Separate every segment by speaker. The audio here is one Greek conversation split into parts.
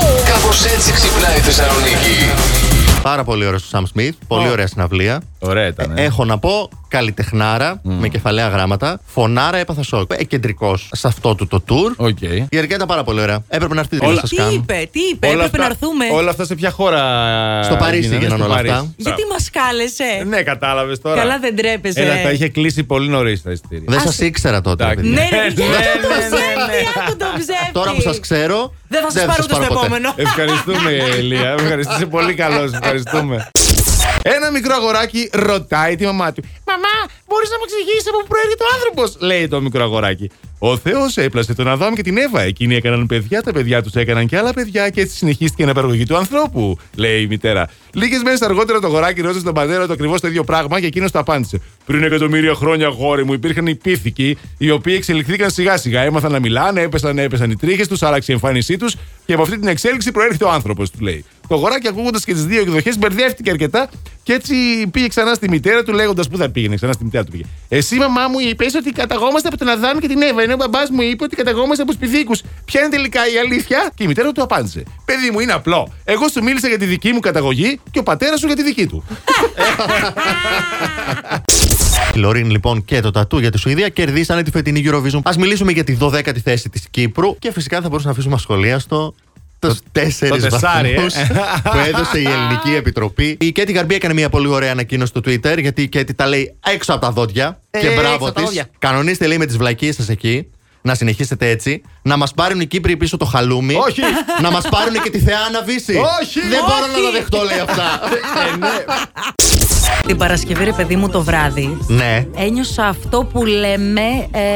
Speaker 1: Κάπως έτσι ξυπνάει η Θεσσαλονίκη.
Speaker 2: Πάρα πολύ ωραίο του Σαμ Σμιθ. Πολύ ωραία συναυλία.
Speaker 3: Ωραία ήταν.
Speaker 2: Ε, Έχω να πω καλλιτεχνάρα με κεφαλαία γράμματα. Φωνάρα έπαθα σοκ. Ε, κεντρικός σε αυτό του το τουρ.
Speaker 3: Οκ.
Speaker 2: Η Αρκέτα ήταν πάρα πολύ ωραία. Έπρεπε να έρθει
Speaker 3: Όλα-
Speaker 2: να σας
Speaker 4: Τι
Speaker 2: κάνω.
Speaker 4: είπε, τι είπε,
Speaker 3: Όλα
Speaker 4: έπρεπε να
Speaker 3: αυτά-
Speaker 4: έρθουμε.
Speaker 3: Όλα αυτά σε ποια χώρα.
Speaker 2: Στο Παρίσι
Speaker 3: γίνανε,
Speaker 2: γίνανε
Speaker 3: στο
Speaker 2: όλα
Speaker 3: Παρίσι.
Speaker 2: αυτά.
Speaker 4: Γιατί
Speaker 3: Μπράβο.
Speaker 4: μας κάλεσε.
Speaker 3: Ναι, κατάλαβες τώρα.
Speaker 4: Καλά δεν τρέπεσαι.
Speaker 3: Έλα, τα είχε κλείσει πολύ νωρίς τα εισιτήρια.
Speaker 2: Δεν
Speaker 4: Ας-
Speaker 2: σας ήξερα τότε. ρε
Speaker 3: Εντάξει.
Speaker 2: παιδιά.
Speaker 4: Ναι, ρε, παιδιά,
Speaker 3: Ναι,
Speaker 4: άκου
Speaker 3: ναι,
Speaker 4: τον
Speaker 3: ναι, ναι.
Speaker 4: ψεύτη, άκου τον ψεύτη.
Speaker 2: Τώρα που σας ξέρω.
Speaker 4: Δεν θα σας πάρω ούτε στο
Speaker 2: ποτέ.
Speaker 4: επόμενο.
Speaker 3: Ε, Ευχαριστούμε, Ελία. Ευχαριστήσε πολύ καλό. Ευχαριστούμε. Ένα μικρό αγοράκι ρωτάει τη μαμά του. Μαμά, μπορείς να μου εξηγήσεις από πού προέρχεται ο άνθρωπος, λέει το μικρό αγοράκι. Ο Θεός έπλασε τον Αδάμ και την Εύα. Εκείνοι έκαναν παιδιά, τα παιδιά τους έκαναν και άλλα παιδιά και έτσι συνεχίστηκε η αναπαραγωγή του ανθρώπου, λέει η μητέρα. Λίγες μέρες αργότερα το αγοράκι ρώτησε τον πατέρα του ακριβώς το ίδιο πράγμα και εκείνος το απάντησε. Πριν εκατομμύρια χρόνια, γόρι μου, υπήρχαν οι πίθηκοι, οι οποίοι εξελιχθήκαν σιγά-σιγά. Έμαθαν να μιλάνε, έπεσαν, έπεσαν οι τρίχες τους, άλλαξε η εμφάνισή τους και από αυτή την εξέλιξη προέρχεται ο άνθρωπος, του λέει. Το αγοράκι ακούγοντας και τις δύο εκδοχές μπερδεύτηκε αρκετά και έτσι πήγε ξανά στη μητέρα του λέγοντας πού θα πήγαινε. Ξανά στη μητέρα του πήγε. Εσύ, μαμά μου, είπες ότι καταγόμαστε από τον Αδάμ και την Εύα, ενώ ο μπαμπάς μου είπε ότι καταγόμαστε από σπιδίκου. Ποια είναι τελικά η αλήθεια. Και η μητέρα του του απάντησε. Παιδί μου, είναι απλό. Εγώ σου μίλησα για τη δική μου καταγωγή και ο πατέρας σου για τη δική του.
Speaker 2: Η Λωρίν λοιπόν και το τατού για τη Σουηδία κερδίσανε τη φετινή Eurovision. Ας μιλήσουμε για τη 12η θέση της Κύπρου και φυσικά θα μπορούσαμε να αφήσουμε ασχολίαστο του τέσσερι
Speaker 3: το τεσσάρι,
Speaker 2: βαθμούς
Speaker 3: ε.
Speaker 2: που έδωσε η Ελληνική Επιτροπή. Η Κέτι Γαρμπή έκανε μια πολύ ωραία ανακοίνωση στο Twitter γιατί η Κέτι τα λέει έξω από τα δόντια.
Speaker 5: Ε,
Speaker 2: και
Speaker 5: έξω
Speaker 2: μπράβο
Speaker 5: απ' τα
Speaker 2: της.
Speaker 5: δόντια.
Speaker 2: Κανονίστε λέει με τις βλακίες σας εκεί. Να συνεχίσετε έτσι. Να μας πάρουν οι Κύπροι πίσω το χαλούμι.
Speaker 3: Όχι.
Speaker 2: να μας πάρουν και τη Θεά να βύσει.
Speaker 3: Όχι.
Speaker 2: Δεν μπορώ
Speaker 4: Όχι.
Speaker 2: να τα δεχτώ, λέει αυτά.
Speaker 3: Ε, ναι.
Speaker 4: Την Παρασκευή, ρε παιδί μου, το βράδυ
Speaker 2: ναι.
Speaker 4: ένιωσα αυτό που λέμε ε,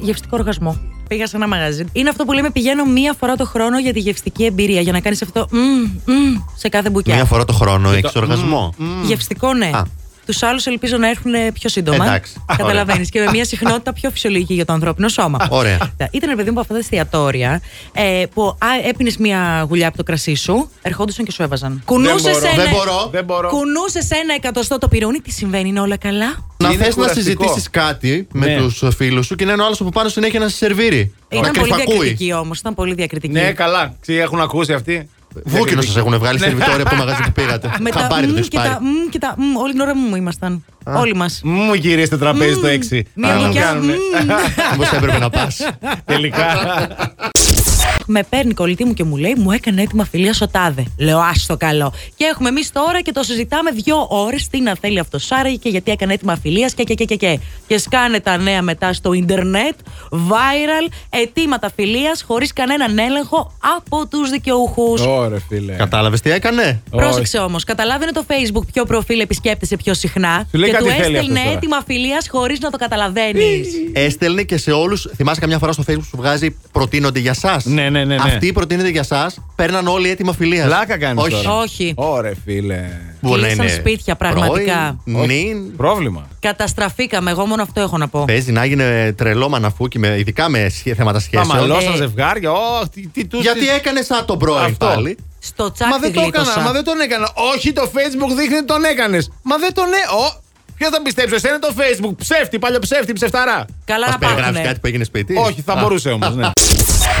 Speaker 4: γευστικό οργασμό. Πήγα σε ένα μαγαζί. Είναι αυτό που λέμε πηγαίνω μία φορά το χρόνο για τη γευστική εμπειρία. Για να κάνεις αυτό. μμμ, μμμ, σε κάθε μπουκιά.
Speaker 2: Μια φορά το χρόνο έχει οργασμό.
Speaker 4: Γευστικό, ναι.
Speaker 2: Α.
Speaker 4: Τους άλλους ελπίζω να έρθουν ε, πιο σύντομα.
Speaker 2: Εντάξει.
Speaker 4: Καταλαβαίνεις. και με μια συχνότητα πιο φυσιολογική για το ανθρώπινο σώμα.
Speaker 2: Ωραία.
Speaker 4: Κοίτα, Ήταν ρε παιδί μου από αυτά τα εστιατόρια ε, που έπινες μια γουλιά από το κρασί σου, ερχόντουσαν και σου έβαζαν. Κουνούσες
Speaker 3: μπορώ.
Speaker 4: ένα.
Speaker 2: Δεν μπορώ.
Speaker 3: Δεν μπορώ.
Speaker 4: Κουνούσες ένα εκατοστό το πυρούνι, τι συμβαίνει, είναι όλα καλά.
Speaker 2: Να
Speaker 3: Είναι
Speaker 2: θες να
Speaker 3: κουραστικό.
Speaker 2: συζητήσεις κάτι με
Speaker 3: Ναι.
Speaker 2: τους του φίλους σου και να είναι ο άλλος από πάνω συνέχεια να σε σερβίρει. να
Speaker 4: Ήταν πολύ
Speaker 2: κρυφακούει.
Speaker 4: διακριτική όμως. Ήταν πολύ διακριτική.
Speaker 3: Ναι, καλά. Ξύ, έχουν ακούσει αυτοί.
Speaker 2: Βούκινο σα έχουν βγάλει
Speaker 3: Ναι.
Speaker 2: σερβιτόρια από το μαγαζί που πήγατε.
Speaker 4: Με τα
Speaker 2: Χαμπάρι
Speaker 4: μμ
Speaker 2: δεν του
Speaker 4: και τα
Speaker 2: πάρει.
Speaker 4: μμ και τα μμ. Όλη την ώρα μου ήμασταν. Όλοι μας.
Speaker 3: Μου γυρίστε τραπέζι το 6.
Speaker 4: Μια
Speaker 2: Α, μου
Speaker 4: γλυκιά.
Speaker 3: κάνουνε.
Speaker 4: μμ.
Speaker 2: Μήπως θα έπρεπε να πας.
Speaker 3: Τελικά.
Speaker 4: Με παίρνει η κολλητή μου και μου λέει: Μου έκανε έτοιμα φιλία ο Τάδε. Λέω: Άστο καλό. Και έχουμε εμείς τώρα και το συζητάμε δύο ώρες. Τι να θέλει αυτό Σάραγε και γιατί έκανε έτοιμα φιλίας και, και, και, και, και. Και σκάνε τα νέα μετά στο Ιντερνετ, viral, αιτήματα φιλίας χωρίς κανέναν έλεγχο από τους δικαιούχους.
Speaker 3: Ωραία, φίλε.
Speaker 2: Κατάλαβες τι έκανε.
Speaker 4: Πρόσεξε όμως, καταλάβαινε το Facebook ποιο προφίλ επισκέπτεσαι πιο συχνά
Speaker 3: Σου λέει
Speaker 4: και
Speaker 3: κάτι
Speaker 4: του
Speaker 3: θέλει αυτός
Speaker 4: έστελνε
Speaker 3: τώρα.
Speaker 4: έτοιμα φιλίας χωρίς να το καταλαβαίνεις.
Speaker 2: Έστελνε και σε όλους. Θυμάσαι καμιά φορά στο Facebook σου βγάζει προτείνονται για εσά.
Speaker 3: Ναι, ναι, ναι, ναι.
Speaker 2: Αυτοί προτείνονται για εσά παίρναν όλοι έτοιμα φιλίας.
Speaker 3: Πλάκα κάνεις
Speaker 2: Όχι.
Speaker 3: τώρα.
Speaker 4: Όχι.
Speaker 3: Ωραία, φίλε.
Speaker 2: Μπορεί να
Speaker 4: Κλείσαν
Speaker 2: είναι
Speaker 4: σπίτια, πραγματικά.
Speaker 2: πρώην, νυν.
Speaker 3: Πρόβλημα.
Speaker 4: Καταστραφήκαμε, εγώ μόνο αυτό έχω να πω.
Speaker 2: Παίζει να έγινε τρελό μαναφούκι, με, ειδικά με σχέ- θέματα
Speaker 3: Τα
Speaker 2: σχέσεων.
Speaker 3: μαλώσαν
Speaker 4: Ε.
Speaker 3: ζευγάρια. Ω, τι, τι τους-
Speaker 2: Γιατί
Speaker 3: τι-
Speaker 2: έκανες σαν τον πρώην
Speaker 3: Αυτό.
Speaker 2: πάλι.
Speaker 4: Στο
Speaker 3: Μα
Speaker 4: τσάκ τη
Speaker 3: δεν το έκανα, μα
Speaker 4: γλίτωσα.
Speaker 3: δεν τον έκανα. Όχι, το Facebook δείχνει ότι τον έκανες. Μα δεν τον έκανα. Ποιος θα πιστέψει, εσένα το Facebook. Ψεύτη, παλιό ψεύτη, ψευταρά.
Speaker 4: Καλά
Speaker 2: Μας
Speaker 4: να
Speaker 2: περιγράφει
Speaker 4: πάρουν.
Speaker 2: κάτι που έγινε σπίτι.
Speaker 3: Όχι, θα
Speaker 2: Α.
Speaker 3: μπορούσε όμως, ναι.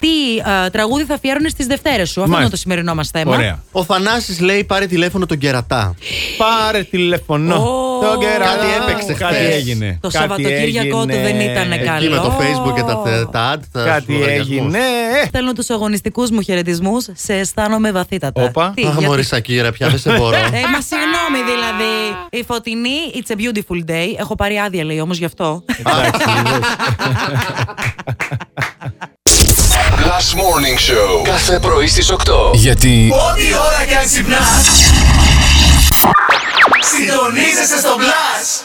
Speaker 4: Τι ε, τραγούδι θα αφιέρωνε στις Δευτέρες σου. Αυτό
Speaker 3: Μάλιστα.
Speaker 4: είναι το σημερινό μας θέμα.
Speaker 3: Ωραία.
Speaker 2: Ο Θανάσης λέει πάρε τηλέφωνο τον κερατά.
Speaker 3: Πάρε τηλεφωνό.
Speaker 4: Ω.
Speaker 3: Το κερά-
Speaker 2: Κάτι έπαιξε
Speaker 3: Κάτι
Speaker 2: χθες.
Speaker 3: έγινε.
Speaker 4: Το
Speaker 3: Κάτι
Speaker 4: Σαββατοκύριακο του
Speaker 3: έγινε.
Speaker 4: δεν ήταν καλό.
Speaker 2: Εκεί με το facebook και τα, τα ad, τα
Speaker 3: Κάτι
Speaker 2: λογαριασμούς.
Speaker 3: έγινε. Ε,
Speaker 4: Στέλνω τους αγωνιστικούς μου χαιρετισμούς. Σε αισθάνομαι βαθύτατα.
Speaker 3: Όπα.
Speaker 4: Τι,
Speaker 2: Αχ,
Speaker 4: γιατί-
Speaker 2: μωρή Σακύρα, πια δεν σε μπορώ.
Speaker 4: Ε, μα συγγνώμη δηλαδή. Η φωτεινή, it's a beautiful day. Έχω πάρει άδεια λέει όμως γι' αυτό. Ε,
Speaker 3: Εντάξει, εντάξει.
Speaker 1: Last Morning Show. Κάθε πρωί στις 8.
Speaker 6: Γιατί
Speaker 7: Ό,τι ώρα κι αν ξυπνάς Συντονίζεσαι στο Blast!